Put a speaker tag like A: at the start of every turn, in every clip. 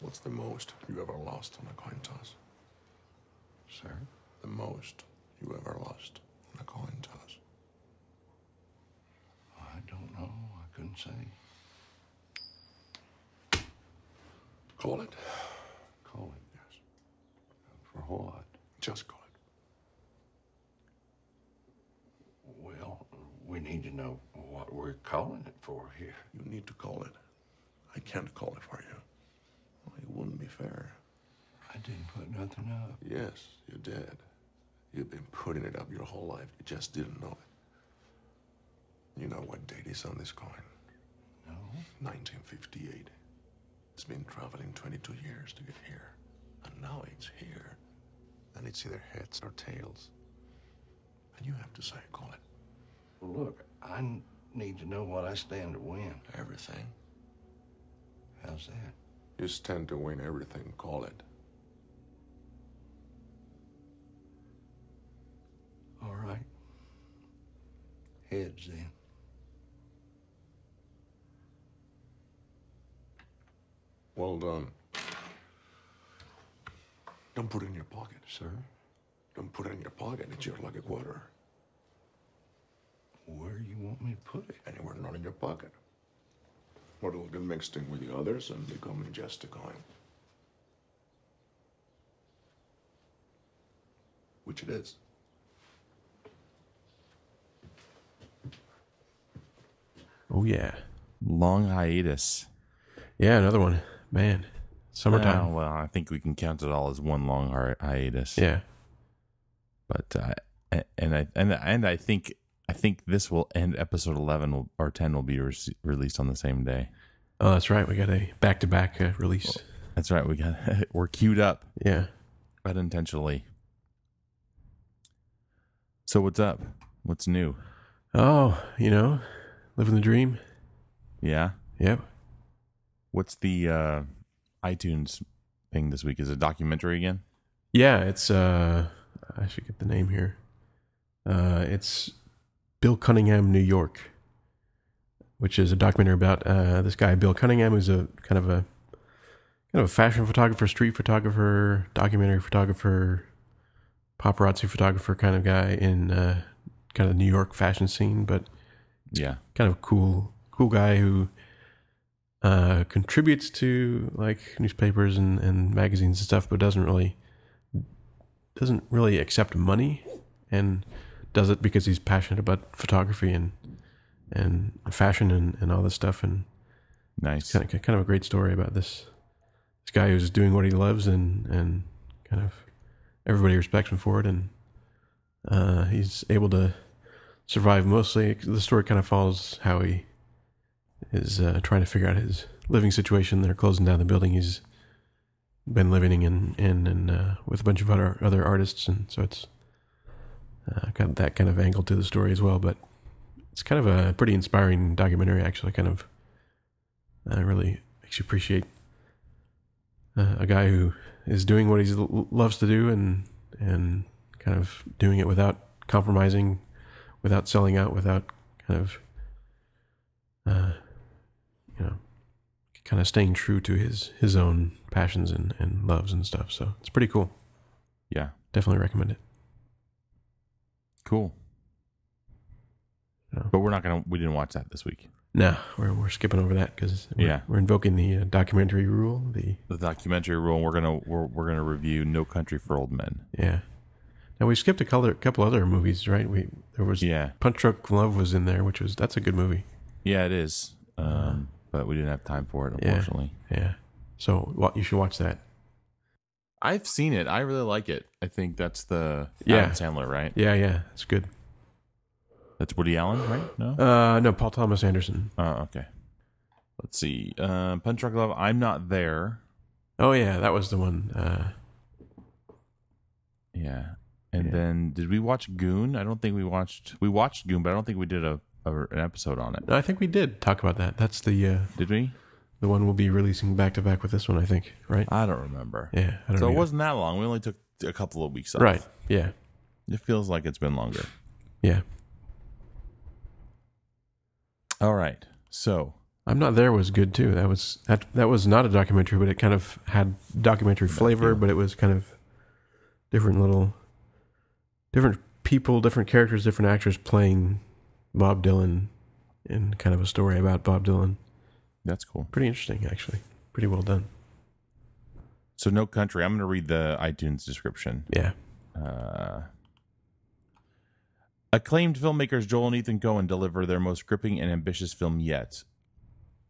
A: What's the most you ever lost on a coin toss?
B: Sir?
A: The most you ever lost on a coin toss?
B: I don't know. I couldn't say.
A: Call it?
B: Call it.
A: Yes.
B: For what?
A: Just call it.
B: Well, we need to know what we're calling it for here.
A: You need to call it. I can't call it for you. Well, it wouldn't be fair.
B: I didn't put nothing up.
A: Yes, you did. You've been putting it up your whole life. You just didn't know it. You know what date is on this coin?
B: No?
A: 1958. It's been traveling 22 years to get here. And now it's here. And it's either heads or tails. And you have to say, call it
B: Look, I n- need to know what I stand to win.
A: everything.
B: How's that?
A: You stand to win everything, call it.
B: All right. Heads then.
A: Well done. Don't put it in your pocket.
B: Sir?
A: Don't put it in your pocket. It's your lucky quarter.
B: Where you want me to put it?
A: Anywhere not in your pocket. Or it'll get mixed in with the others and become just a coin. Which it is.
C: Oh yeah.
D: Long hiatus.
C: Yeah, another one. Man. Summertime.
D: Ah, well, I think we can count it all as one long hi- hiatus.
C: yeah.
D: But uh, a- and I and and I think I think this will end episode eleven will, or ten will be re- released on the same day.
C: Oh, that's right. We got a back to back release.
D: That's right. We got we're queued up
C: Yeah.
D: unintentionally. So what's up? What's new?
C: Oh, you know, living the dream.
D: Yeah.
C: Yep.
D: What's the uh, iTunes thing this week? Is it a documentary again?
C: Yeah, it's uh I should get the name here. Uh it's Bill Cunningham New York, which is a documentary about uh this guy Bill Cunningham who's a kind of a kind of a fashion photographer, street photographer, documentary photographer, paparazzi photographer kind of guy in uh kind of the New York fashion scene, but
D: Yeah.
C: kind of cool cool guy who uh, contributes to like newspapers and, and magazines and stuff, but doesn't really doesn't really accept money and does it because he's passionate about photography and and fashion and, and all this stuff and
D: Nice.
C: kind of kind of a great story about this this guy who's doing what he loves and and kind of everybody respects him for it and uh, he's able to survive mostly the story kind of follows how he is uh, trying to figure out his living situation they're closing down the building he's been living in in and uh, with a bunch of other other artists and so it's uh, kind of that kind of angle to the story as well but it's kind of a pretty inspiring documentary actually kind of uh, really makes you appreciate uh, a guy who is doing what he l- loves to do and and kind of doing it without compromising, without selling out, without kind of uh, you know kind of staying true to his his own passions and, and loves and stuff. So it's pretty cool.
D: Yeah.
C: Definitely recommend it.
D: Cool.
C: No.
D: But we're not gonna. We didn't watch that this week.
C: No, we're we're skipping over that because we're,
D: Yeah.
C: we're invoking the uh, documentary rule. The
D: the documentary rule. We're gonna we're, we're gonna review No Country for Old Men.
C: yeah. Now we skipped a color, couple other movies, right? We there was
D: Yeah,
C: Punch Drunk Love was in there, which was that's a good movie.
D: yeah, it is. Um, but we didn't have time for it,
C: Yeah.
D: unfortunately.
C: Yeah. So wa- you should watch that.
D: I've seen it. I really like it. I think that's the
C: Yeah.
D: Adam Sandler, right?
C: Yeah, yeah, that's good.
D: That's Woody Allen, right? No.
C: Uh, no, Paul Thomas Anderson.
D: oh, okay. Let's see. Uh, Punch Drunk Love. I'm not there.
C: Oh yeah, that was the one. Uh,
D: Yeah. And
C: Yeah.
D: then did we watch Goon? I don't think we watched. We watched Goon, but I don't think we did a, a an episode on it.
C: no, I think we did talk about that. That's the uh,
D: Did we?
C: the one we'll be releasing back to back with this one, I think. Right?
D: I don't remember.
C: Yeah. I don't
D: Uh, so
C: know
D: it
C: either.
D: wasn't that long. We only took a couple of weeks off.
C: right. Yeah.
D: It feels like it's been longer.
C: Yeah.
D: All right. So
C: I'm Not There was good too. That was that, that was not a documentary, but it kind of had documentary flavor, but it was kind of different little different people, different characters, different actors playing Bob Dylan and kind of a story about Bob Dylan.
D: That's cool.
C: Pretty interesting actually. Pretty well done.
D: So no country. I'm going to read the iTunes description.
C: Yeah.
D: Uh, acclaimed filmmakers Joel and Ethan Cohen deliver their most gripping and ambitious film yet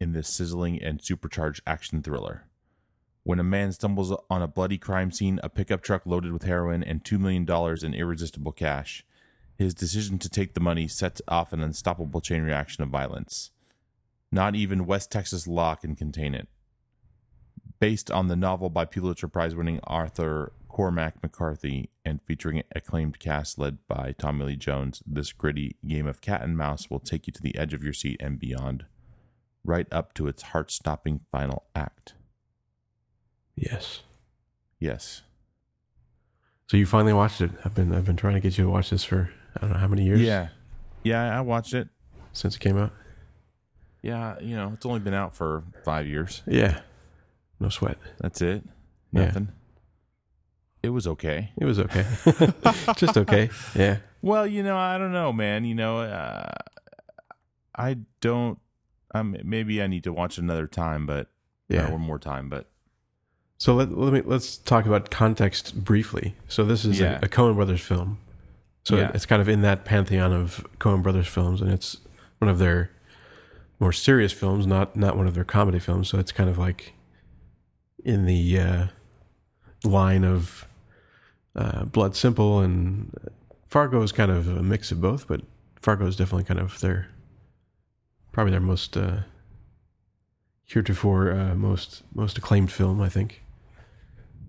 D: in this sizzling and supercharged action thriller. When a man stumbles on a bloody crime scene, a pickup truck loaded with heroin, and $2 million in irresistible cash, his decision to take the money sets off an unstoppable chain reaction of violence. Not even West Texas law can contain it based on the novel by Pulitzer Prize winning author Cormac McCarthy and featuring an acclaimed cast led by Tommy Lee Jones, this gritty game of cat and mouse will take you to the edge of your seat and beyond, right up to its heart stopping final act.
C: Yes.
D: Yes.
C: So you finally watched it. I've been I've been trying to get you to watch this for I don't know how many years
D: Yeah. Yeah, I watched it.
C: since it came out.
D: Yeah, you know, it's only been out for five years.
C: Yeah. No sweat.
D: That's it.
C: Yeah.
D: Nothing. It was okay.
C: It was okay. Just okay. Yeah.
D: Well, you know, I don't know, man. You know, uh, I don't. Um, maybe I need to watch another time, but
C: Yeah.
D: uh, one more time. But
C: So let, let me let's talk about context briefly. So this is
D: Yeah.
C: a, a Coen Brothers film. So
D: Yeah.
C: it's kind of in that pantheon of Coen Brothers films, and it's one of their more serious films, not not one of their comedy films. So it's kind of like in the uh, line of uh, Blood Simple and Fargo is kind of a mix of both, but Fargo is definitely kind of their probably their most uh, heretofore uh, most most acclaimed film, I think.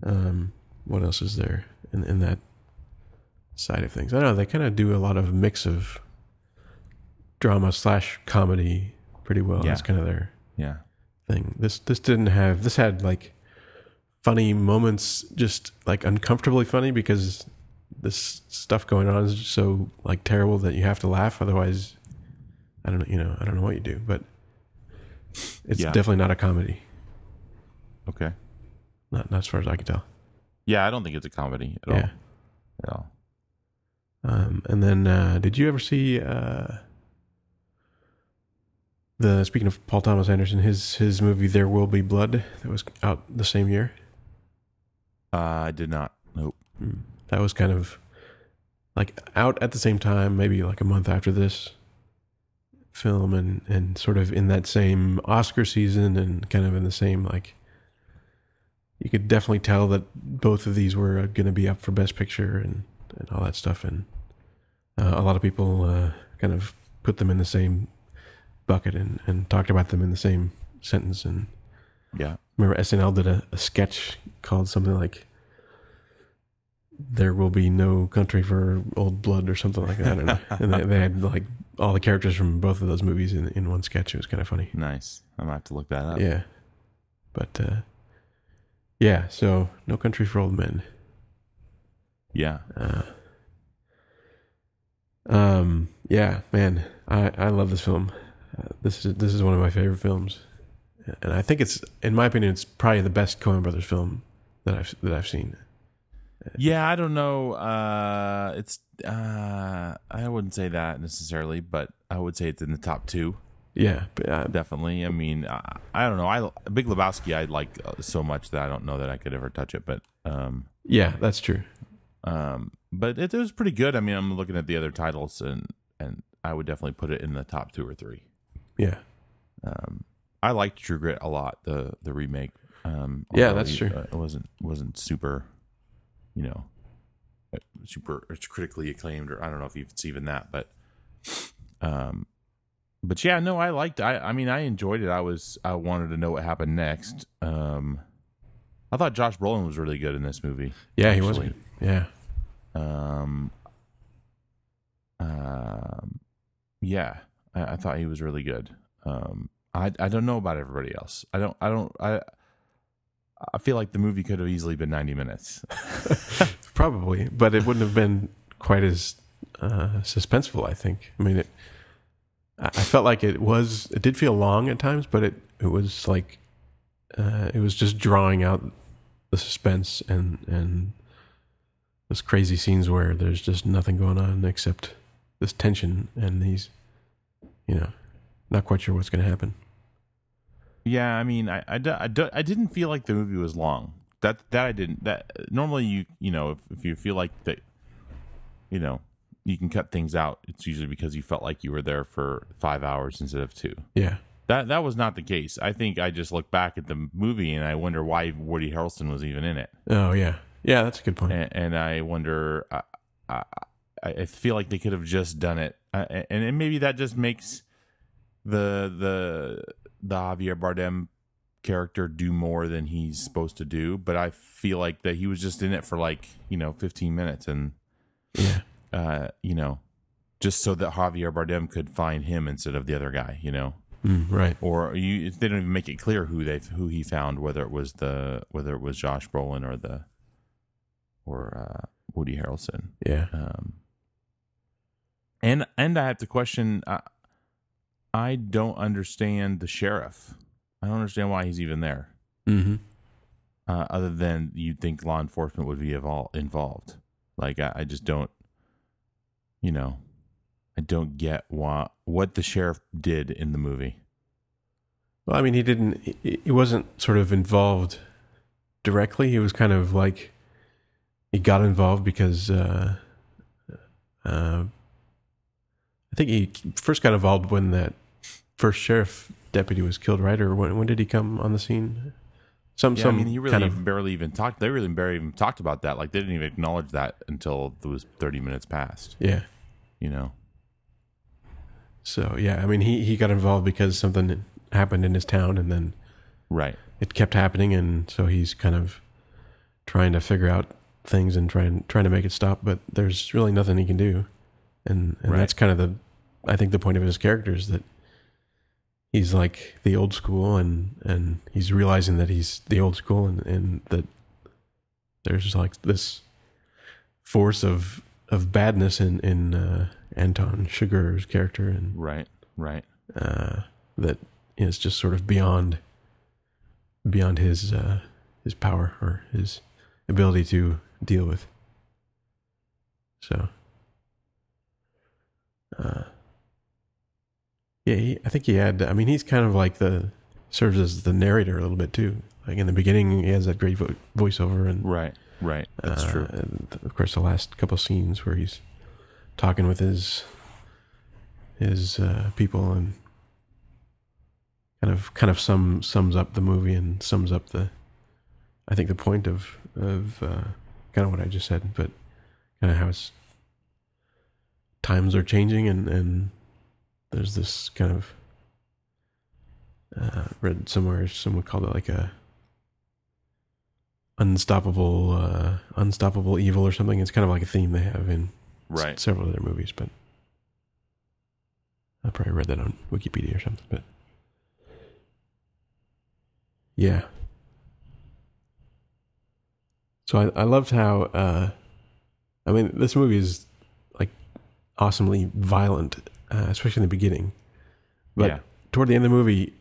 C: Um, what else is there in, in that side of things? I don't know. They kind of do a lot of mix of drama slash comedy pretty well.
D: Yeah.
C: That's kind of their
D: yeah,
C: thing. This this didn't have this had like funny moments, just like uncomfortably funny because this stuff going on is just so like terrible that you have to laugh. Otherwise, I don't know. You know, I don't know what you do, but it's
D: Yeah.
C: definitely not a comedy.
D: okay.
C: Not not as far as I can tell.
D: Yeah, I don't think it's a comedy at
C: yeah.
D: all. At all.
C: Um, and then, uh, did you ever see uh, the speaking of Paul Thomas Anderson, his his movie "There Will Be Blood" that was out the same year?
D: Uh, I did not. Nope.
C: that was kind of like out at the same time, maybe like a month after this film, and and sort of in that same Oscar season, and kind of in the same like. You could definitely tell that both of these were going to be up for Best Picture and and all that stuff, and uh, a lot of people uh, kind of put them in the same bucket and and talked about them in the same sentence and
D: Yeah.
C: remember SNL did a, a sketch called something like "There will be no country for old blood" or something like that, I don't know. and they, they had like all the characters from both of those movies in in one sketch. It was kind of funny.
D: Nice. I'm gonna have to look that up.
C: Yeah, but uh, yeah, so "No Country for Old Men." Uh,
D: Yeah.
C: Um, yeah, man, I, I love this film. Uh, this is this is one of my favorite films, and I think it's, in my opinion, it's probably the best Coen Brothers film that I've that I've seen.
D: Yeah, I don't know. Uh, it's. Uh, I wouldn't say that necessarily, but I would say it's in the top two.
C: Yeah, but uh,
D: Definitely. I mean, I, I don't know. I Big Lebowski, I like uh, so much that I don't know that I could ever touch it. But um,
C: yeah, that's true.
D: um, but it, it was pretty good. I mean, I'm looking at the other titles, and and I would definitely put it in the top two or three.
C: Yeah.
D: I liked True Grit a lot. The the remake. Um,
C: Yeah,
D: although
C: that's
D: it-
C: true.
D: uh, it wasn't wasn't super, you know, uh, super. It's critically acclaimed, or I don't know if it's even that, but um, but yeah, no, I liked. I I mean, I enjoyed it. I was I wanted to know what happened next. Um, I thought Josh Brolin was really good in this movie.
C: Yeah, he was.
D: actually.
C: good. Yeah.
D: Um, um, yeah, I, I thought he was really good. Um, I I don't know about everybody else. I don't I don't I. I feel like the movie could have easily been ninety minutes.
C: Probably, but it wouldn't have been quite as uh, suspenseful. I think. I mean, it I I felt like it was. It did feel long at times, but it it was like uh, it was just drawing out the suspense and and those crazy scenes where there's just nothing going on except this tension and these, you know, not quite sure what's going to happen.
D: Yeah, I mean, I, I, do- I, do- I didn't feel like the movie was long. That that I didn't. That normally you you know if, if you feel like that, you know, you can cut things out. It's usually because you felt like you were there for five hours instead of two.
C: Yeah,
D: That that was not the case. I think I just look back at the movie and I wonder why Woody Harrelson was even in it,
C: Oh yeah, yeah. That's a good point.
D: and, and I wonder. I, I I I feel like they could have just done it, uh, and, and maybe that just makes the the the Javier Bardem character do more than he's supposed to do. But I feel like that he was just in it for like you know 15 minutes, and
C: Yeah.
D: uh, you know, just so that Javier Bardem could find him instead of the other guy, you know
C: Mm, right.
D: or you they don't even make it clear who they who he found whether it was the whether it was Josh Brolin or the or uh, Woody Harrelson
C: Yeah.
D: um, and and I have to question I, I don't understand the sheriff I don't understand why he's even there
C: Mm-hmm.
D: uh, other than you'd think law enforcement would be evol- involved. Like I, I just don't, you know, I don't get why what the sheriff did in the movie.
C: Well, I mean, he didn't. He, he wasn't sort of involved directly. He was kind of like he got involved because uh, uh, I think he first got involved when that first sheriff deputy was killed, right? Or when, when did he come on the scene? Some
D: Yeah,
C: some
D: I mean, he really
C: kind of
D: barely even talked. They really barely even talked about that. Like, they didn't even acknowledge that until it was thirty minutes past.
C: yeah.
D: You know,
C: So yeah, I mean, he he got involved because something happened in his town, and then
D: right?
C: it kept happening and so he's kind of trying to figure out things and trying trying to make it stop but there's really nothing he can do and and
D: Right.
C: that's kind of the i think the point of his character is that he's like the old school and and he's realizing that he's the old school and and that there's like this force of of badness in in uh, anton sugar's character and
D: Right, right.
C: uh, that is just sort of beyond beyond his uh, his power or his ability to deal with. So, uh, yeah, he, I think he had. I mean, he's kind of like the serves as the narrator a little bit too. Like in the beginning, he has that great vo- voiceover, and
D: Right, right. That's
C: uh,
D: true.
C: And of course, the last couple scenes where he's talking with his his uh, people and kind of kind of sum sums up the movie and sums up the I think the point of of uh, kind of what I just said, but kind of how it's, times are changing and and there's this kind of uh, read somewhere someone called it like a unstoppable uh, unstoppable evil or something. It's kind of like a theme they have in s-
D: Right.
C: several other movies, but I probably read that on Wikipedia or something. But yeah, so I I loved how uh, I mean this movie is like awesomely violent, uh, especially in the beginning, but
D: Yeah.
C: toward the end of the movie,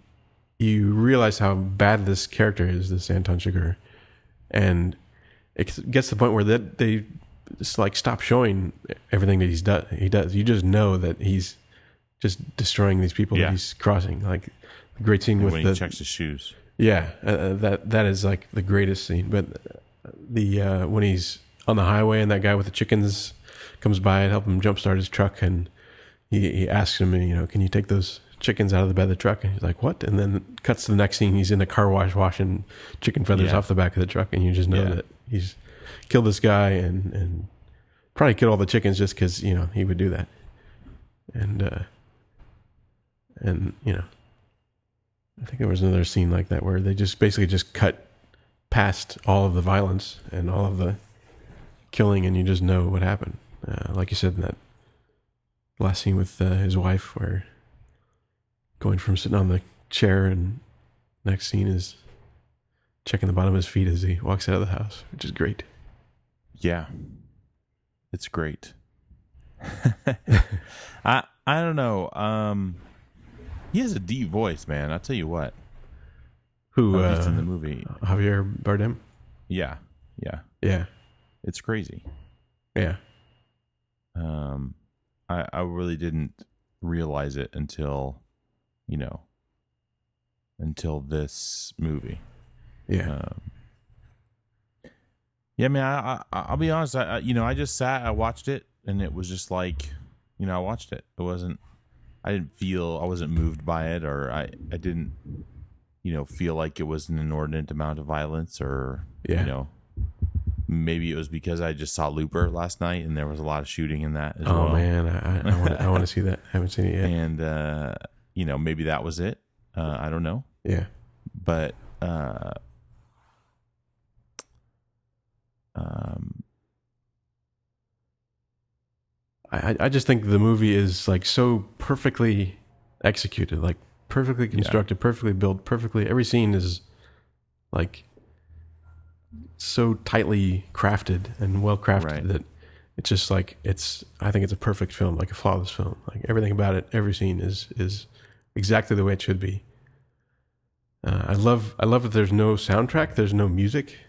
C: you realize how bad this character is, this Anton Chigurh, and it gets to the point where that they just like stop showing everything that he's done. He does. You just know that he's just destroying these people
D: Yeah.
C: that he's crossing. Like the great scene with
D: when
C: the
D: he checks his shoes.
C: yeah, uh, uh, that that is like the greatest scene. But the uh, when he's on the highway and that guy with the chickens comes by and help him jumpstart his truck, and he, he asks him, you know, can you take those chickens out of the bed of the truck? And he's like, what? And then cuts to the next scene. He's in a car wash washing chicken feathers
D: Yeah.
C: off the back of the truck, and you just know
D: Yeah.
C: that he's killed this guy and and probably killed all the chickens just because you know he would do that. And uh, and you know, I think there was another scene like that where they just basically just cut past all of the violence and all of the killing, and you just know what happened. Uh, like you said in that last scene with uh, his wife, where going from sitting on the chair, and next scene is checking the bottom of his feet as he walks out of the house, which is great.
D: Yeah, it's great. I I don't know. Um, he has a deep voice, man. I'll tell you what.
C: Who
D: At least Oh, in the
C: uh,
D: movie,
C: Javier Bardem?
D: yeah, yeah,
C: Yeah,
D: it's crazy.
C: yeah.
D: Um, I I really didn't realize it until, you know, until this movie.
C: Yeah.
D: Um, yeah, man. I, I I'll be honest. I I- you know I just sat. I watched it, and it was just like, you know, I watched it. It wasn't. I didn't feel I wasn't moved by it, or I I didn't, you know, feel like it was an inordinate amount of violence, or
C: Yeah.
D: you know, maybe it was because I just saw Looper last night, and there was a lot of shooting in that. As
C: oh
D: well.
C: man, I I, I, want, I want to see that. I haven't seen it yet.
D: And uh, you know, maybe that was it. Uh, I don't know
C: Yeah,
D: but uh um
C: I I- I just think the movie is like so perfectly executed, like perfectly constructed, perfectly built, perfectly. Every scene is like so tightly crafted and well crafted
D: Right.
C: that it's just like it's. I think it's a perfect film, like a flawless film. Like everything about it, every scene is is exactly the way it should be. Uh, I love I love that there's no soundtrack, there's no music.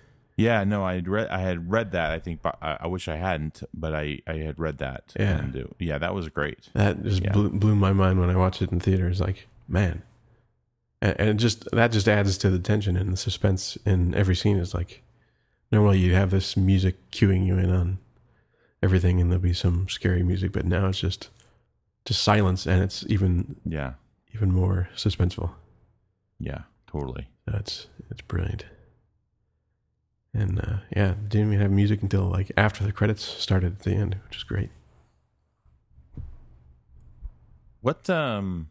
D: yeah no i had read i had read that i think but i, I wish i hadn't but i i had read that
C: Yeah.
D: and it- yeah that was great
C: That just
D: Yeah.
C: blew, blew my mind when I watched it in theaters. Like, man, and, and it just that just adds to the tension and the suspense in every scene. Is like, normally you have this music cueing you in on everything, and there'll be some scary music, but now it's just just silence, and it's even
D: yeah
C: even more suspenseful.
D: yeah totally
C: So it's it's brilliant. And uh, yeah, they didn't even have music until like after the credits started at the end, which is great.
D: what um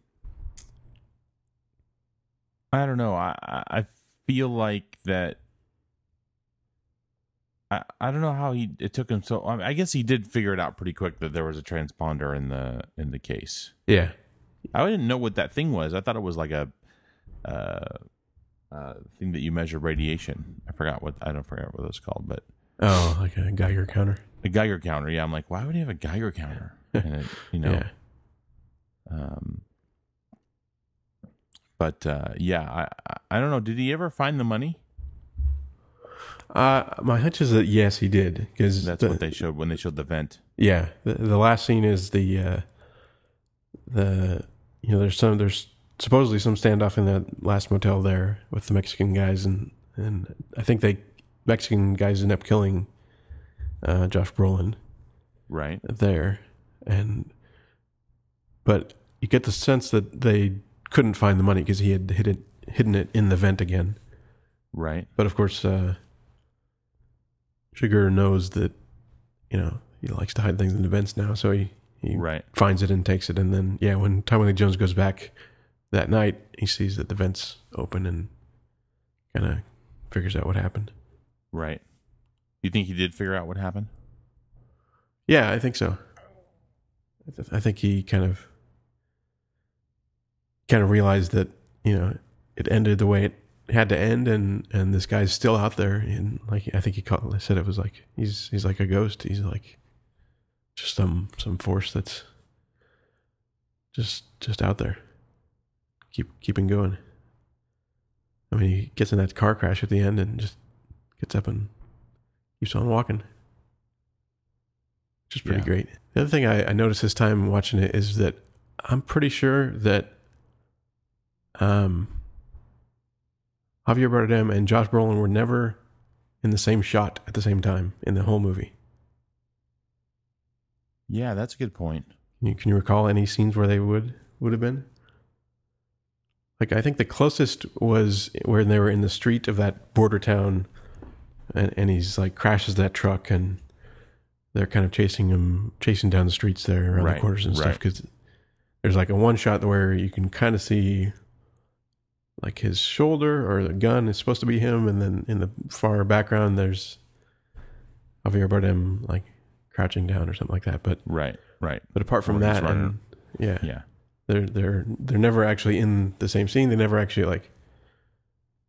D: i don't know i i I feel like that I, I don't know how he it took him so I, mean, I guess he did figure it out pretty quick that there was a transponder in the in the case
C: Yeah,
D: I didn't know what that thing was. I thought it was like a uh, uh, thing that you measure radiation. I forgot what I don't forget what it's called, but
C: oh, like a Geiger counter.
D: a Geiger counter. Yeah, I'm like, why would he have a Geiger counter? And it, you know,
C: Yeah,
D: um, but uh, yeah, I- I I don't know. Did he ever find the money?
C: Uh, my hunch is that yes, he did because
D: That's what they showed when they showed the vent.
C: Yeah, the, the last scene is the uh, the you know there's some there's supposedly some standoff in that last motel there with the Mexican guys and and I think they Mexican guys end up killing uh, Josh Brolin
D: Right.
C: there and but you get the sense that they couldn't find the money because he had hid it, hidden it in the vent again.
D: Right.
C: But of course, uh, Sugar knows that, you know, he likes to hide things in the vents now, so he, he
D: Right.
C: finds it and takes it. And then, yeah, when Tommy Lee Jones goes back that night, he sees that the vents open and kind of figures out what happened.
D: Right. You think he did figure out what happened?
C: Yeah, I think so. I, th- I think he kind of kind of realized that you know it ended the way it had to end, and and this guy's still out there, and like I think he called, said it was like he's he's like a ghost. He's like just some some force that's just just out there, keep keeping going. I mean, he gets in that car crash at the end and just gets up and keeps on walking which is pretty
D: Yeah.
C: great. The other thing I, I noticed this time watching it is that I'm pretty sure that um, Javier Bardem and Josh Brolin were never in the same shot at the same time in the whole movie.
D: Yeah, that's a good point.
C: Can you, can you recall any scenes where they would would have been? Like I think the closest was when they were in the street of that border town, and, and he's like crashes that truck, and they're kind of chasing him, chasing down the streets there around
D: Right,
C: the corners and stuff.
D: right.
C: Because there's like a one shot where you can kind of see like his shoulder or the gun is supposed to be him, and then in the far background there's Javier Bardem like crouching down or something like that, but.
D: Right. Right.
C: But apart from
D: Or just
C: that,
D: running.
C: and- yeah,
D: Yeah.
C: they're they're they're never actually in the same scene. They never actually like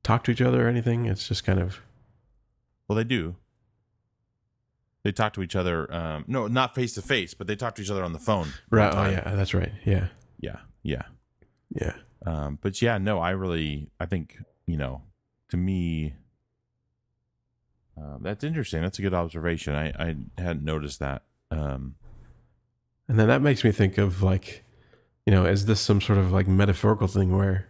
C: talk to each other or anything. It's just kind of
D: Well, they do. They talk to each other. Um, no, not face to face, but they talk to each other on the phone.
C: Right. Oh yeah, that's right. Yeah.
D: Yeah, yeah.
C: Yeah.
D: Um, but yeah, no, I really, I think you know, to me, uh, that's interesting. That's a good observation. I I hadn't noticed that. Um,
C: And then that makes me think of like, you know, is this some sort of like metaphorical thing where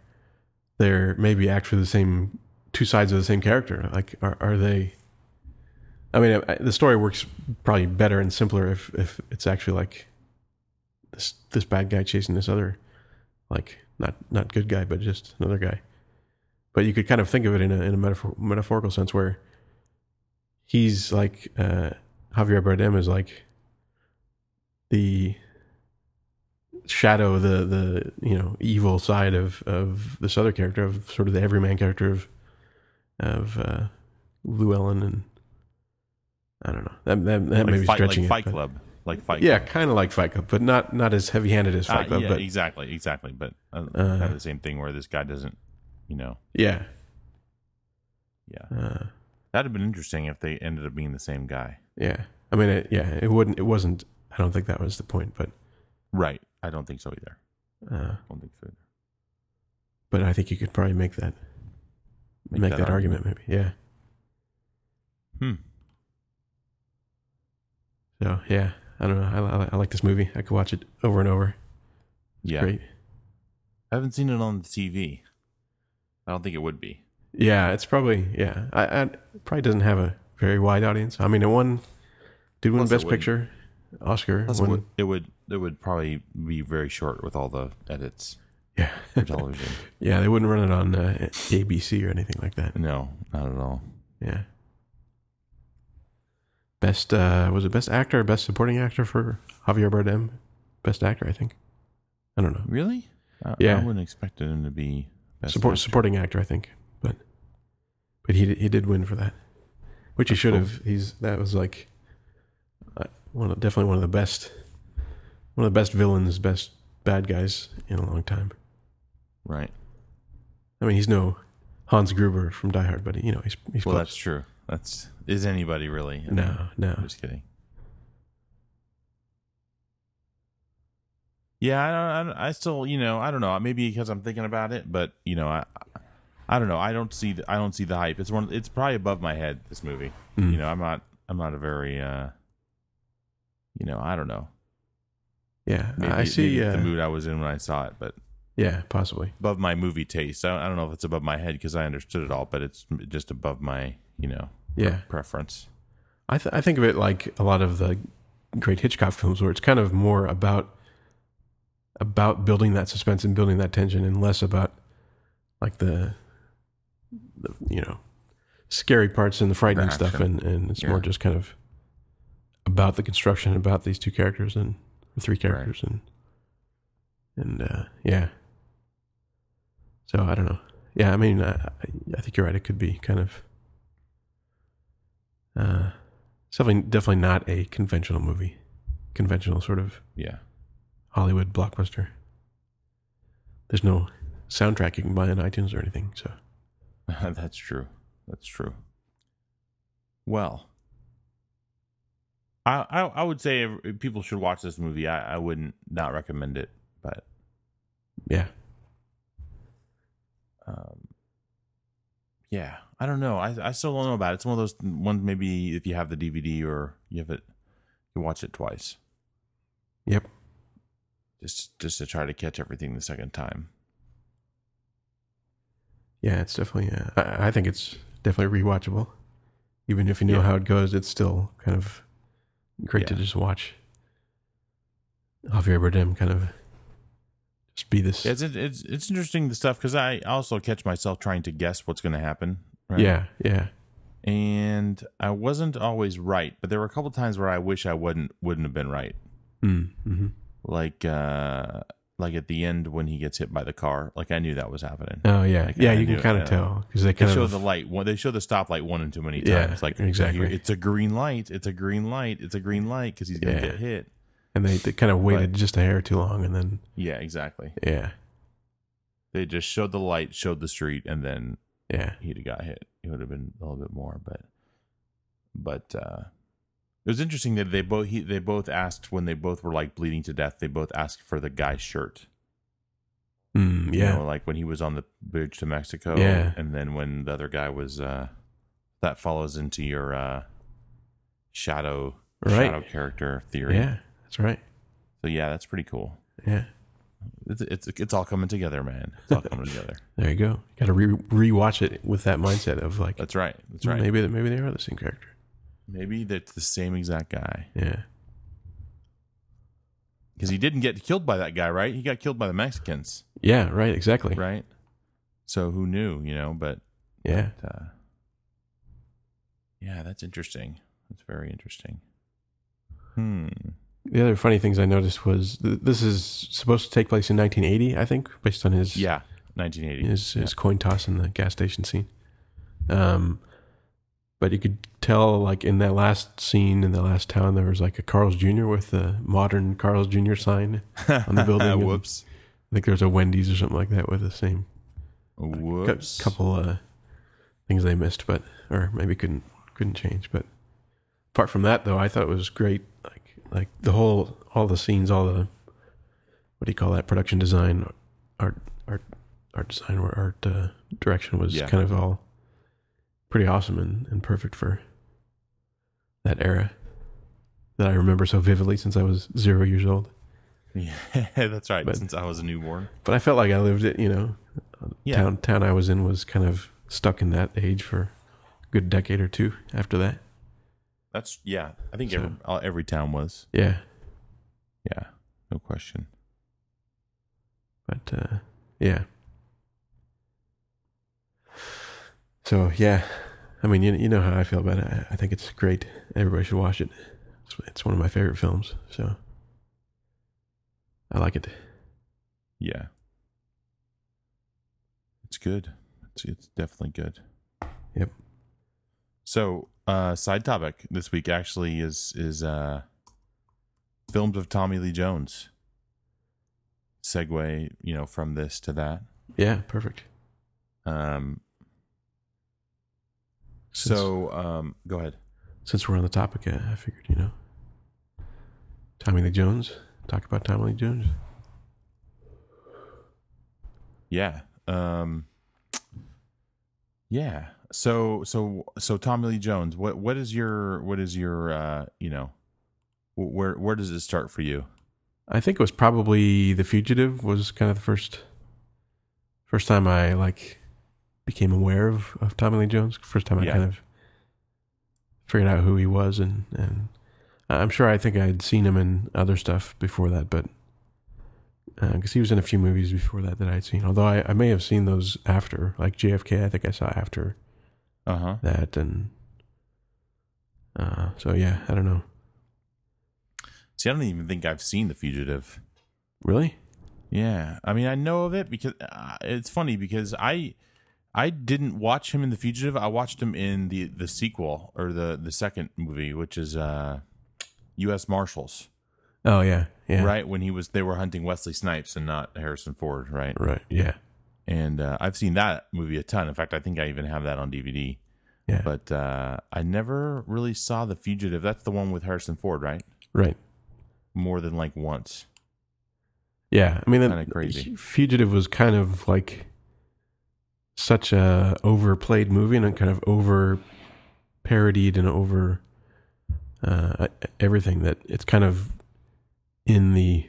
C: they're maybe actually the same two sides of the same character? Like, are are they? I mean, I, the story works probably better and simpler if if it's actually like this this bad guy chasing this other, like not not good guy, but just another guy. But you could kind of think of it in a in a metaphor, metaphorical sense where he's like uh, Javier Bardem is like the shadow the the you know evil side of of this other character of sort of the everyman character of of uh llewellyn and i don't know that that, that may be
D: fight,
C: stretching it,
D: like Fight
C: but-
D: Club, like Fight.
C: yeah
D: Club.
C: kind of like fight club but not not as heavy-handed as fight
D: Uh,
C: club
D: yeah,
C: but
D: exactly, exactly. But uh,
C: Uh,
D: kind of the same thing where this guy doesn't, you know,
C: yeah
D: yeah.
C: uh,
D: That'd have been interesting if they ended up being the same guy.
C: yeah i mean it, yeah it wouldn't it wasn't i don't think that was the point but
D: Right. I don't think so either.
C: uh
D: I don't think so. Either.
C: but i think you could probably make that make, that, argument maybe yeah
D: Hmm.
C: So yeah, I don't know. I, I, I like this movie. I could watch it over and over.
D: Yeah.
C: Great.
D: I haven't seen it on the TV. I don't think it would be.
C: Yeah, it's probably yeah. I, I it probably doesn't have a very wide audience. I mean, it won did win
D: Plus it
C: Best
D: wouldn't.
C: Picture, Oscar.
D: Plus, it
C: won-
D: would, it would it would probably be very short with all the edits
C: Yeah,
D: for television.
C: yeah. They wouldn't run it on uh, ABC or anything like that.
D: no, not at all.
C: Yeah. Best uh, was it Best Actor, or Best Supporting Actor for Javier Bardem? Best Actor, I think. I don't know.
D: Really? I,
C: Yeah.
D: I wouldn't expect him to be best
C: support
D: actor.
C: supporting actor, I think. But but he did- he did win for that, which he should
D: cool.
C: have. He's that was like uh, one of, definitely one of the best one of the best villains, best bad guys in a long time.
D: Right.
C: I mean, he's no Hans Gruber from Die Hard, but he, you know he's he's
D: Well, that's
C: close.
D: true. That's is anybody really? I mean,
C: no no
D: I'm just kidding. Yeah, I don't, I don't. I still, you know, I don't know. Maybe because I'm thinking about it, but you know, I, I don't know. I don't see. The, I don't see the hype. It's one. It's probably above my head. This movie.
C: Mm.
D: You know, I'm not. I'm not a very. uh You know, I don't know.
C: yeah
D: Maybe,
C: I see
D: maybe it's
C: uh,
D: the mood I was in when I saw it, but
C: yeah possibly
D: above my movie taste. I don't, I don't know if it's above my head because I understood it all, but it's just above my, you know,
C: yeah
D: preference.
C: I, th- I think of it like a lot of the great Hitchcock films, where it's kind of more about about building that suspense and building that tension, and less about like the, the you know scary parts and the frightening
D: The
C: stuff,
D: action.
C: and and it's
D: Yeah.
C: more just kind of about the construction, about these two characters and or three characters, and and uh, yeah. So I don't know. Yeah, I mean, I, I- I think you're right. It could be kind of. Uh, it's definitely definitely not a conventional movie, conventional sort of
D: Yeah.
C: Hollywood blockbuster. There's no soundtrack you can buy on iTunes or anything. So
D: That's true. That's true. Well, I I, I would say if people should watch this movie. I, I wouldn't not recommend it, but
C: yeah,
D: um, yeah, I don't know. I I still don't know about it. It's one of those ones. Maybe if you have the DVD or you have it, you watch it twice
C: yep,
D: just just to try to catch everything the second time.
C: yeah. It's definitely. Uh, I, I think it's definitely rewatchable. Even if you know
D: Yeah.
C: how it goes, it's still kind of great to
D: Yeah.
C: just watch. Javier Bardem kind of just be this.
D: Yeah, It's it's it's interesting the stuff because I also catch myself trying to guess what's going to happen. right?
C: Yeah, yeah.
D: and I wasn't always right, but there were a couple times where I wish I wouldn't wouldn't have been right.
C: Mm,
D: mm-hmm.
C: hmm
D: Like uh like at the end when he gets hit by the car, like I knew that was happening.
C: Oh yeah,
D: Like,
C: yeah.
D: I
C: You can
D: knew-
C: kind
D: yeah.
C: of tell because they
D: They
C: kind
D: show
C: of
D: the light one. They show the stoplight one and too many
C: Yeah,
D: times. like
C: exactly.
D: like, it's a green light. It's a green light. It's a green light because he's gonna
C: Yeah.
D: get hit.
C: and they, they kind of waited just a hair too long, and then
D: Yeah, exactly.
C: yeah,
D: They just showed the light, showed the street, and then
C: yeah,
D: he'd have got hit. It would have been a little bit more, but but uh It was interesting that they both he, they both asked when they both were like bleeding to death. They both asked for the guy's shirt.
C: Mm,
D: You
C: yeah.
D: know, like when he was on the bridge to Mexico.
C: Yeah.
D: And then when the other guy was uh that follows into your uh shadow
C: Right.
D: shadow character theory.
C: yeah. That's right.
D: So yeah, that's pretty cool.
C: Yeah.
D: It's it's it's all coming together, man. It's all coming together.
C: There you go. You got to re rewatch it with that mindset of like, mm,
D: That's right. That's right.
C: maybe
D: Maybe,
C: that maybe they are the same character.
D: maybe that's the same exact guy
C: Yeah.
D: because he didn't get killed by that guy, right? He got killed by the Mexicans,
C: Yeah. Right. Exactly.
D: right? So who knew, you know? But
C: Yeah.
D: uh, yeah, that's interesting. That's very interesting. Hmm.
C: The other funny things I noticed was th- this is supposed to take place in 1980, I think, based on his
D: Yeah, 1980.
C: his, his coin toss in the gas station scene. Um, but you could tell, like in that last scene in the last town, there was like a Carl's Jr. with the modern Carl's Jr. sign on the building. and
D: Whoops.
C: I think there's a Wendy's or something like that with the same cou-
D: Whoops.
C: couple uh, things they missed, but or maybe couldn't couldn't change. But apart from that, though, I thought it was great. Like like the whole all the scenes, all the what do you call that production design, art art art design or art uh, direction was
D: Yeah.
C: kind of all pretty awesome and, and perfect for that era that I remember so vividly since I was zero years old.
D: Yeah, that's right.
C: But-
D: Since I was a newborn.
C: But I felt like I lived it, you know,
D: Yeah.
C: town town I was in was kind of stuck in that age for a good decade or two after that.
D: That's yeah. I think
C: So-
D: every, all- every town was.
C: Yeah,
D: Yeah. No question.
C: but uh, yeah. So yeah, I mean you you know how I feel about it. I, I think it's great. Everybody should watch it. It's, it's one of my favorite films. So I like it.
D: Yeah. It's good. It's it's definitely good.
C: Yep.
D: So, uh side topic this week actually is is uh films of Tommy Lee Jones. Segue, you know, from this to that.
C: Yeah, perfect.
D: Um
C: Since-
D: so um go ahead.
C: since we're on the topic, uh, I figured you know Tommy Lee Jones. Talk about Tommy Lee Jones.
D: Yeah. Um Yeah. So so so Tommy Lee Jones, what what is your what is your uh, you know, wh- where where does it start for you?
C: I think it was probably The Fugitive was kind of the first first time I like became aware of, of Tommy Lee Jones. First time I
D: Yeah.
C: kind of figured out who he was and, and I'm sure I think I had seen him in other stuff before that, but because he was in a few movies before that that I had seen. Although I, I may have seen those after, like JFK, I think I saw after
D: Uh-huh.
C: that, and uh, so yeah, I don't know.
D: See, I don't even think I've seen The Fugitive.
C: Really?
D: Yeah. I mean, I know of it because uh, it's funny because I I didn't watch him in The Fugitive. I watched him in the the sequel or the the second movie, which is uh US Marshals.
C: Oh yeah, yeah,
D: Right when he was they were hunting Wesley Snipes and not Harrison Ford, right?
C: right, yeah,
D: and uh, I've seen that movie a ton. In fact, I think I even have that on DVD.
C: yeah,
D: But uh, I never really saw The Fugitive. That's the one with Harrison Ford, right?
C: right.
D: More than like once.
C: Yeah, I mean,
D: Kinda
C: that-
D: crazy.
C: Fugitive was kind of like such a overplayed movie and kind of over parodied and over uh, everything that it's kind of in the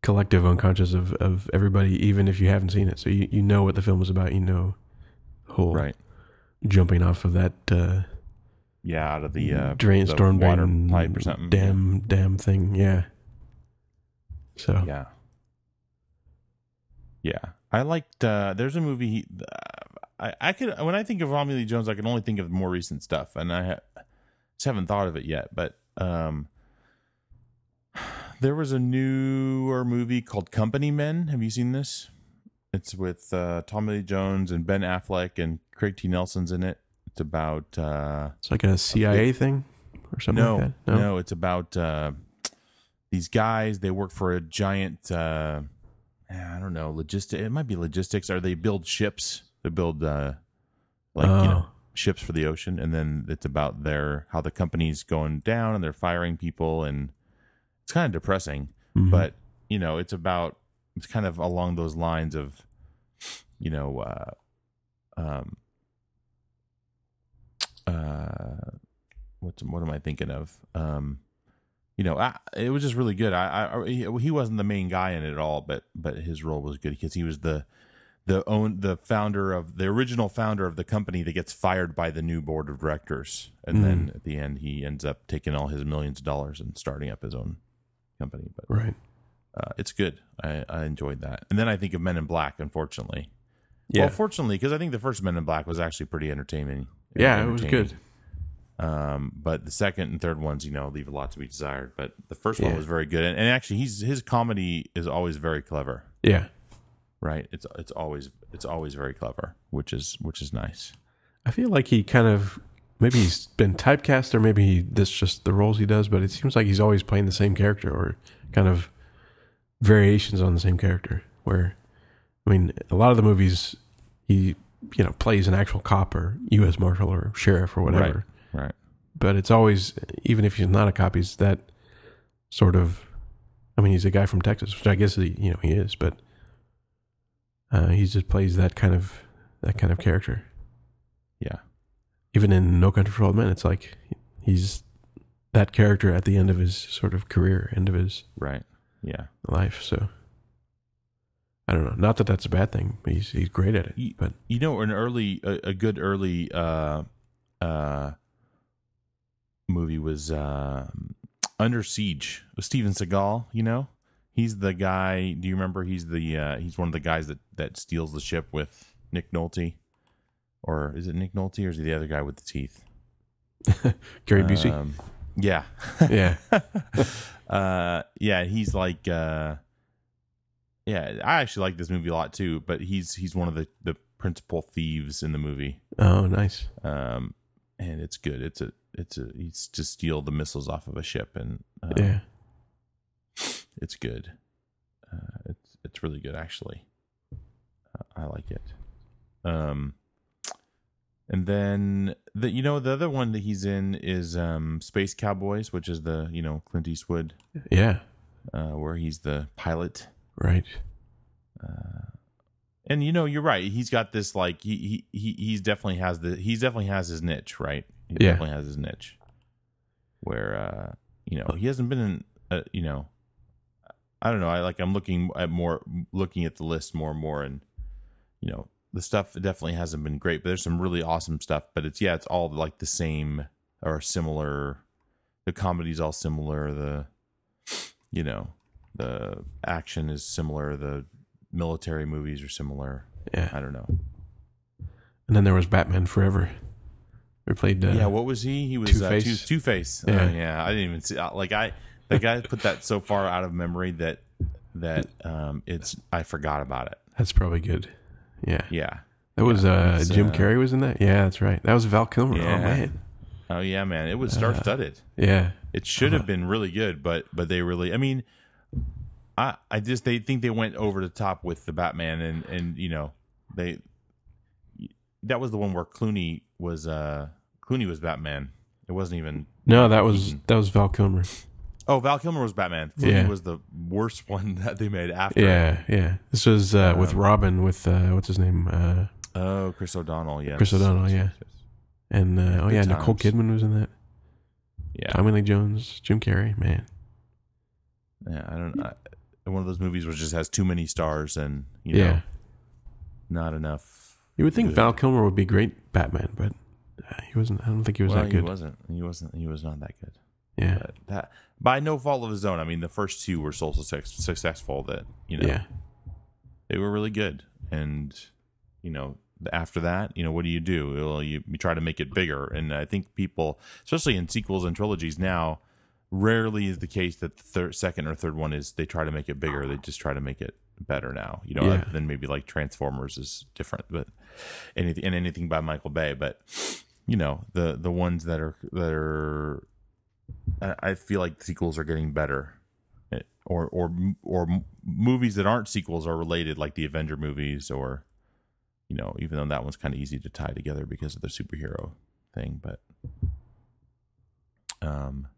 C: collective unconscious of, of everybody, even if you haven't seen it. So you, you know what the film is about. You know the whole
D: Right.
C: jumping off of that uh,
D: Yeah, out of the uh,
C: drain,
D: the
C: storm
D: water
C: drain
D: pipe or something.
C: dam dam thing. Yeah. So
D: Yeah. Yeah. I liked. Uh, there's a movie. He, I I could when I think of Romney Lee Jones, I can only think of more recent stuff, and I ha- just haven't thought of it yet. But um, there was a newer movie called Company Men. Have you seen this? It's with uh, Tommy Lee Jones and Ben Affleck and Craig T. Nelson's in it. It's about uh,
C: It's like a CIA thing or something
D: no,
C: like that.
D: no, it's about uh, these guys. They work for a giant. Uh, I don't know, logistic. It might be logistics. Or they build ships? They build uh, like you know
C: Oh.
D: ships for the ocean, and then it's about their how the company's going down and they're firing people, and it's kind of depressing.
C: Mhm.
D: But you know, it's about it's kind of along those lines of you know, uh, um, uh, what's what am I thinking of? Um, you know, I, it was just really good. I, I, I he wasn't the main guy in it at all, but but his role was good because he was the the own the founder of the original founder of the company that gets fired by the new board of directors, and then at the end he ends up taking all his millions of dollars and starting up his own company. But
C: right.
D: uh, it's good. I, I enjoyed that. And then I think of Men in Black, unfortunately.
C: Yeah.
D: Well, fortunately, because I think the first Men in Black was actually pretty entertaining.
C: yeah, it was
D: entertaining.
C: good.
D: Um, but the second and third ones, you know, leave a lot to be desired. But the first one
C: Yeah.
D: was very good, and, and actually, he's his comedy is always very clever,
C: Yeah.
D: right? It's it's always it's always very clever, which is which is nice.
C: I feel like he kind of maybe he's been typecast or maybe he, that's just the roles he does, but it seems like he's always playing the same character or kind of variations on the same character. Where, I mean, a lot of the movies he you know plays an actual cop or U.S. marshal or sheriff or whatever,
D: Right, right.
C: but it's always even if he's not a cop, he's that sort of. I mean, he's a guy from Texas, which I guess he you know he is, but uh, he just plays that kind of that kind of character
D: Yeah,
C: even in No Country for Old Men, it's like he's that character at the end of his sort of career, end of his
D: right. Yeah.
C: life. So I don't know. Not that that's a bad thing. But he's he's great at
D: Ye-
C: it. But
D: you know an early a, a good early uh uh movie was uh under siege with steven seagal you know he's the guy do you remember he's the uh he's one of the guys that that steals the ship with nick nolte or is it nick nolte or is he the other guy with the teeth
C: Gary Busey,
D: Um, yeah
C: yeah,
D: uh yeah he's like uh yeah i actually like this movie a lot too but he's he's one of the the principal thieves in the movie
C: oh nice,
D: um, and it's good. It's a it's a it's to steal the missiles off of a ship, and uh,
C: yeah,
D: it's good. Uh, it's it's really good actually. Uh, I like it. Um, and then the you know the other one that he's in is um Space Cowboys, which is the you know Clint Eastwood,
C: yeah,
D: uh, where he's the pilot.
C: right,
D: And you know you're right. He's got this like he he he he's definitely has the he's definitely has his niche, right? He
C: Yeah.
D: definitely has his niche. Where uh you know, he hasn't been in uh, you know I don't know. I like I'm looking at more looking at the list more and more and you know, the stuff definitely hasn't been great, but there's some really awesome stuff, but it's yeah, it's all like the same or similar. The comedy's all similar, the you know, the action is similar, the military movies are similar. I
C: yeah.
D: don't know.
C: And then there was Batman Forever. We played uh,
D: yeah, what was he? He was Two
C: Two-Face.
D: Face. Two Face.
C: Yeah.
D: Yeah. yeah, I didn't even see. uh, Like I, the guy put that so far out of memory that that um, it's I forgot about it.
C: that's probably good. Yeah,
D: Yeah.
C: that was uh,
D: it's,
C: Jim
D: uh,
C: Carrey was in that. Yeah, that's right. That was Val Kilmer.
D: Yeah.
C: Oh man,
D: Oh yeah, Uh-huh. man. It was star studded.
C: yeah,
D: It should have been really good, but but they really. I mean, I I just they think they went over the top with the Batman and and you know they that was the one where Clooney was uh Clooney was Batman. It wasn't even
C: no, that
D: Mm-hmm.
C: was that was Val Kilmer.
D: Oh, Val Kilmer was Batman. Clooney
C: Yeah.
D: was the worst one that they made after.
C: Yeah, yeah. This was uh,
D: Um,
C: with Robin, with uh, what's his name, uh,
D: Oh, Chris O'Donnell. Yeah.
C: Chris O'Donnell, yeah, and uh, oh yeah,
D: good
C: Nicole
D: times.
C: Kidman was in that.
D: Yeah.
C: Tommy Lee Jones, Jim Carrey, man.
D: Yeah. I don't. I, one of those movies which just has too many stars and you know
C: Yeah.
D: not enough.
C: You would think
D: good-
C: Val Kilmer would be great Batman, but uh, he wasn't. I don't think he was
D: well,
C: that good.
D: He wasn't. He wasn't. He was not that good.
C: yeah,
D: But that by no fault of his own. I mean, the first two were so success, successful that you know
C: yeah,
D: they were really good. And you know, after that, you know, what do you do? Well, you, you try to make it bigger. And I think people, especially in sequels and trilogies now, rarely is the case that the third, second or third one is they try to make it bigger. They just try to make it better now. You know,
C: Yeah.
D: other than maybe like Transformers is different, but anything and anything by Michael Bay. But you know, the the ones that are that are, I, I feel like sequels are getting better or or or m- movies that aren't sequels are related, like the Avenger movies, or you you know, even though that one's kind of easy to tie together because of the superhero thing, but um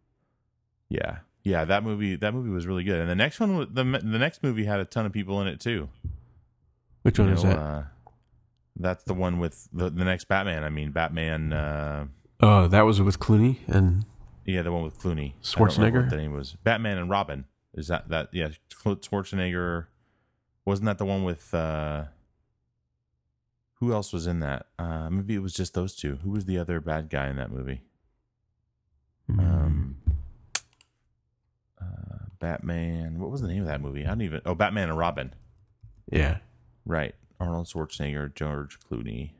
D: yeah. Yeah, that movie that movie was really good. And the next one wa- the the next movie had a ton of people in it too.
C: Which
D: You
C: one is
D: know,
C: that?
D: uh, that's the one with the, the next Batman. I mean, Batman uh
C: oh, that was with Clooney and
D: yeah, the one with Clooney. I don't remember
C: Schwarzenegger?
D: What the name was Batman and Robin. Is that that? Yeah, Cl- Schwarzenegger. Wasn't that the one with? uh Who else was in that? Uh Maybe it was just those two. Who was the other bad guy in that movie?
C: mm,
D: Um, uh, Batman. What was the name of that movie? I don't even. Oh, Batman and Robin.
C: yeah.
D: Right. Arnold Schwarzenegger, George Clooney,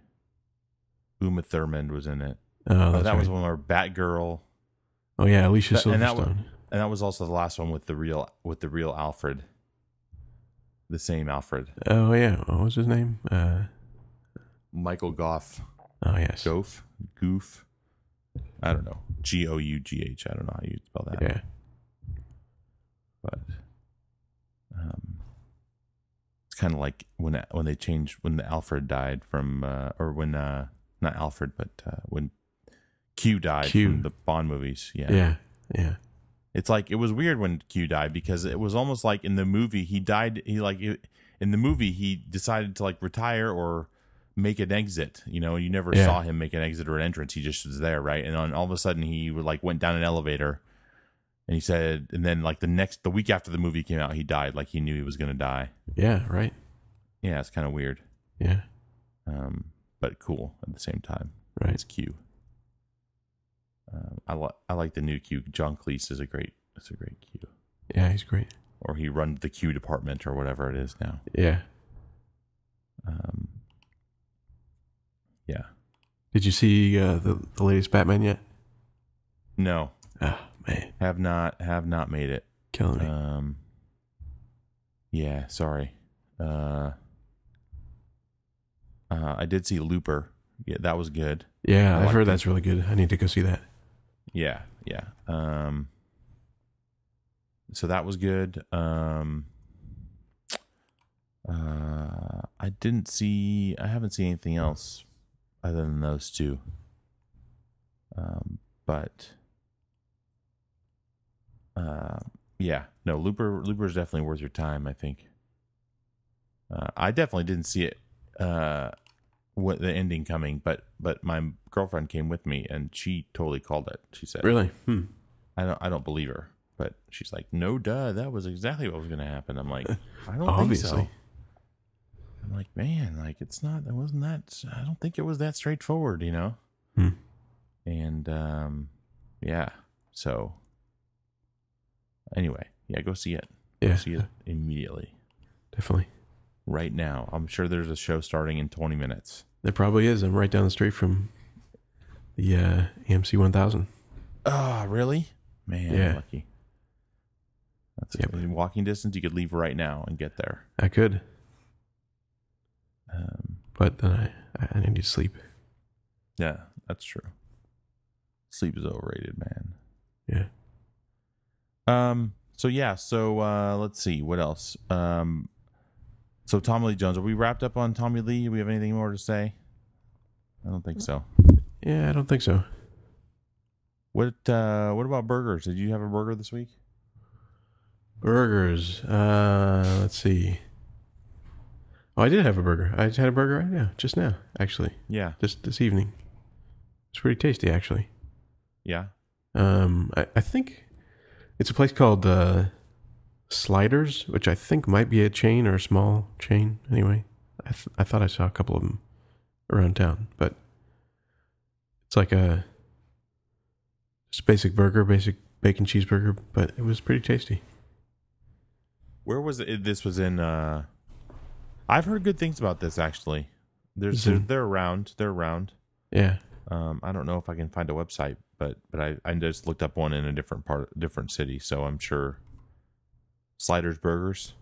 D: Uma Thurman was in it.
C: Oh,
D: Oh,
C: that's
D: that was
C: right.
D: one where Batgirl.
C: Oh yeah, Alicia
D: That- and that
C: Silverstone.
D: one- and that was also the last one with the real with the real Alfred, the same Alfred,
C: oh yeah, what was his name? Uh,
D: Michael Goff,
C: oh yes.
D: Goof, Goof, I don't know, G O U G H. I don't know how you spell that,
C: Yeah.
D: but um, it's kind of like when when they changed when the Alfred died from uh, or when uh, not Alfred but uh, when Q died
C: Q.
D: from the Bond movies. Yeah,
C: Yeah. Yeah.
D: It's like it was weird when Q died because it was almost like in the movie he died. He like it- in the movie he decided to like retire or make an exit. You know, you never
C: Yeah.
D: saw him make an exit or an entrance. He just was there, right? And then all of a sudden he would, like went down an elevator, and he said, and then like the next the week after the movie came out, he died. Like he knew he was gonna die.
C: Yeah. Right.
D: Yeah, it's kind of weird,
C: Yeah.
D: um, but cool at the same time.
C: Right.
D: It's Q. Um, I like I like the new Q. John Cleese is a great is a great Q.
C: Yeah, he's great.
D: or he runs the Q department or whatever it is now.
C: Yeah.
D: Um, yeah.
C: Did you see uh, the the latest Batman yet?
D: No,
C: Oh
D: Ah,
C: man,
D: have not have not made it.
C: killing me.
D: Um, yeah, sorry. Uh, uh, I did see Looper. Yeah, that was good.
C: yeah,
D: I
C: I've
D: like
C: heard
D: that.
C: that's really good. I need to go see that.
D: Yeah, yeah. Um, so that was good. Um, uh, I didn't see. I haven't seen anything else other than those two. Um, but uh, yeah, no. Looper, Looper is definitely worth your time. I think. Uh, I definitely didn't see it. Uh, what the ending coming, but but my girlfriend came with me and she totally called it. She said,
C: Really? Hmm.
D: I don't I don't believe her. But she's like, No duh, that was exactly what was gonna happen. I'm like, I don't
C: Obviously.
D: think so. I'm like, man, like it's not it wasn't that I don't think it was that straightforward, you know?
C: Hmm.
D: And um yeah. So anyway, yeah, go see it. Go
C: Yeah.
D: see it immediately.
C: Definitely.
D: Right now. I'm sure there's a show starting in twenty minutes.
C: There probably is. I'm right down the street from the uh, AMC 1000.
D: Oh, really? Man,
C: Ah, Yeah.
D: lucky. That's
C: Yep.
D: in walking distance. You could leave right now and get there.
C: I could,
D: Um,
C: but then I I need to sleep.
D: yeah, that's true. Sleep is overrated, man.
C: Yeah.
D: Um. So yeah. So uh, let's see what else. Um. So Tommy Lee Jones. Are we wrapped up on Tommy Lee? Do we have anything more to say? I don't think so.
C: Yeah, I don't think so.
D: What uh What about burgers? Did you have a burger this week?
C: Burgers. Uh, let's see. Oh, I did have a burger. I had a burger right now, just now, actually,
D: Yeah.
C: just this evening. It's pretty tasty, actually.
D: Yeah.
C: Um, I, I think it's a place called uh, Sliders, which I think might be a chain or a small chain. Anyway, I th- I thought I saw a couple of them around town, but it's like a just basic burger, basic bacon cheeseburger, but it was pretty tasty.
D: Where was it? This was in. uh I've heard good things about this actually. There's
C: It's
D: they're,
C: in-
D: they're around. They're around.
C: Yeah,
D: Um, I don't know if I can find a website, but but I, I just looked up one in a different part, different city, so I'm sure. Sliders Burgers,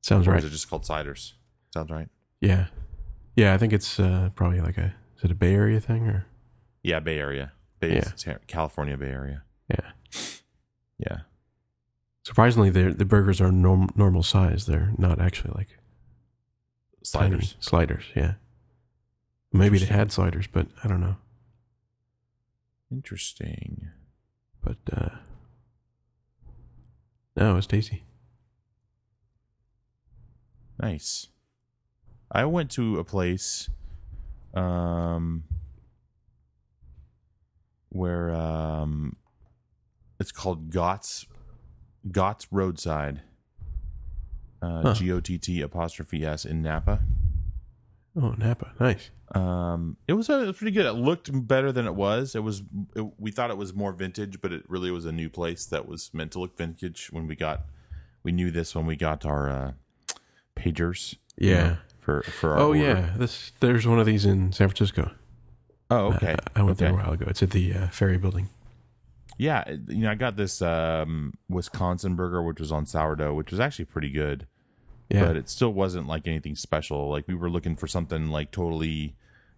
C: sounds
D: or
C: right.
D: is it just called Sliders? Sounds right.
C: Yeah, yeah, I think it's uh, probably like a is it a Bay Area thing or
D: Yeah, Bay Area, Bay
C: Yeah.
D: Sa- California Bay Area.
C: yeah.
D: Yeah,
C: Surprisingly, the the burgers are norm, normal size. They're not actually like Tiny
D: sliders.
C: sliders, yeah. Maybe they
D: Interesting.
C: had sliders, but I don't know.
D: Interesting.
C: But uh no, it was tasty.
D: Nice. I went to a place um where um it's called Gott's Gott's Roadside. Uh
C: Huh.
D: G O T T apostrophe S in Napa.
C: Oh, Napa, nice.
D: Um it was, uh, it was pretty good. It looked better than it was. It was it, we thought it was more vintage, but it really was a new place that was meant to look vintage when we got we knew this when we got our uh pagers
C: Yeah.
D: for for our
C: Oh
D: order.
C: yeah, this there's one of these in San Francisco.
D: oh okay
C: I went
D: okay.
C: there a while ago. It's at the uh, Ferry Building.
D: yeah it- you know I got this um Wisconsin burger which was on sourdough which was actually pretty good
C: Yeah,
D: but it still wasn't like anything special like we were looking for something like totally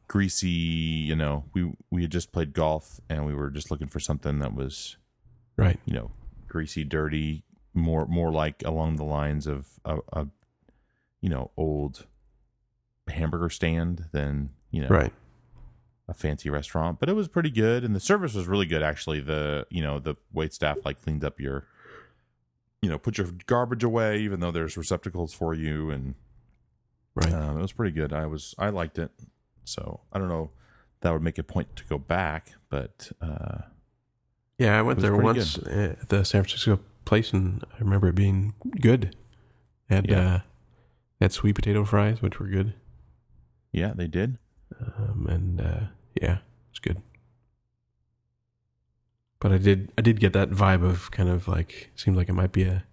D: greasy you know we we had just played golf and we were just looking for something that was
C: right.
D: you know greasy dirty more more like along the lines of a, a you know old hamburger stand than you know
C: Right.
D: a fancy restaurant, but it was pretty good, and the service was really good. Actually, the you know the wait staff like cleaned up your, you know, put your garbage away, even though there's receptacles for you, and
C: Right.
D: um, it was pretty good. I was I liked it, so I don't know that would make a point to go back, but uh,
C: yeah, I
D: it
C: went
D: was
C: there
D: pretty
C: once uh, at the San Francisco place and I remember it being good. Had
D: Yeah.
C: uh had sweet potato fries, which were good.
D: yeah, they did.
C: um, and uh, yeah, it's good. But I did I did get that vibe of kind of like seems like it might be a,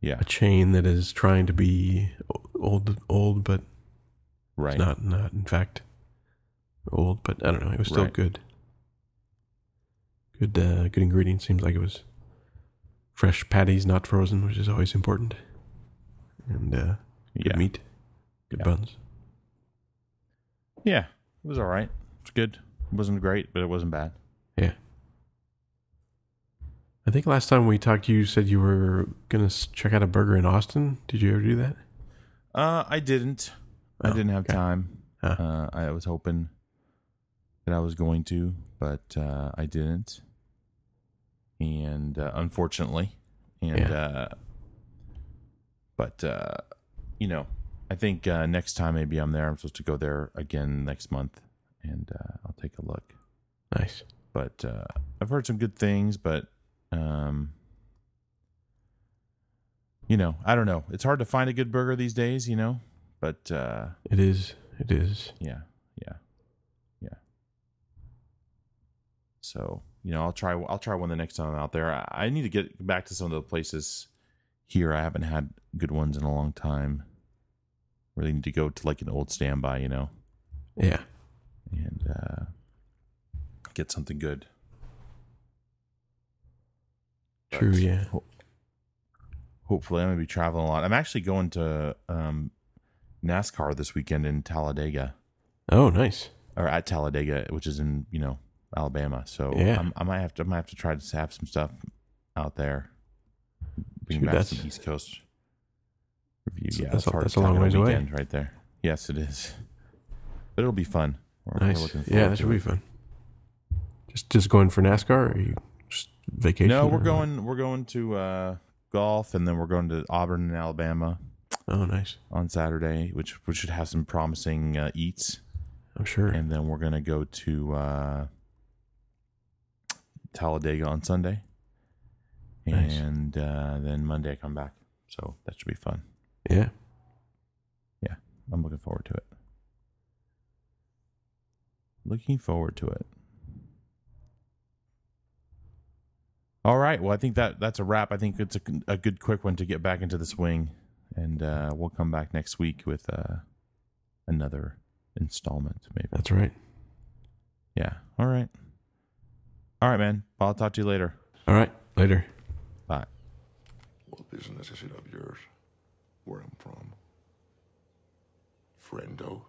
D: Yeah,
C: a chain that is trying to be o- old old but
D: right.
C: it's not not in fact old but I don't know it was still
D: Right.
C: good. Good uh, good ingredients seems like it was fresh patties not frozen which is always important and uh, good
D: yeah,
C: meat good
D: Yeah.
C: buns
D: yeah, it was all right. It's good. It wasn't great, but it wasn't bad.
C: Yeah. I think last time we talked, you said you were gonna s- check out a burger in Austin. Did you ever do that?
D: Uh, I didn't. I
C: Oh,
D: didn't have time.
C: Huh.
D: Uh, I was hoping that I was going to, but uh, I didn't, and uh, unfortunately, and
C: Yeah.
D: uh, but uh, you know, I think uh, next time maybe I'm there. I'm supposed to go there again next month, and uh, I'll take a look.
C: Nice.
D: But uh, I've heard some good things, but um, you know, I don't know. It's hard to find a good burger these days, you know. But uh,
C: It is. It is.
D: yeah, yeah, yeah. So you know, I'll try. I'll try one the next time I'm out there. I, I need to get back to some of the places here. I haven't had good ones in a long time. Really need to go to like an old standby, you know,
C: Yeah.
D: and uh, get something good.
C: True.
D: But-
C: Yeah.
D: hopefully I'm gonna be traveling a lot. I'm actually going to um, NASCAR this weekend in Talladega
C: Oh, nice.
D: or at Talladega, which is in you know Alabama. So
C: Yeah.
D: I'm, I might have to I might have to try to have some stuff out there. Being
C: Shoot,
D: back to
C: that's-
D: the East Coast review.
C: that's-
D: yeah,
C: that's a-
D: hard to
C: that's a
D: talk
C: long
D: about
C: ways away.
D: weekend right there. Yes, it is, but it'll be fun. We're- we're
C: Nice.
D: looking
C: Yeah,
D: forward
C: that
D: to
C: should be
D: it.
C: fun. Just just going for NASCAR? Or are you just vacation?
D: No,
C: or
D: we're
C: what?
D: going. We're going to uh, golf, and then we're going to Auburn in Alabama
C: Oh, nice.
D: on Saturday, which which should have some promising uh, eats.
C: I'm sure.
D: and then we're gonna go to uh, Talladega on Sunday,
C: Nice.
D: and uh, then Monday I come back. So that should be fun.
C: yeah.
D: I'm looking forward to it. Looking forward to it. All right. Well, I think that that's a wrap. I think it's a, a good quick one to get back into the swing, and uh, we'll come back next week with uh, another installment, maybe.
C: That's right.
D: Yeah. All right. All right, man. I'll talk to you later.
C: All right. Later.
D: Bye.
A: What business is it of yours? Where I'm from? Friendo.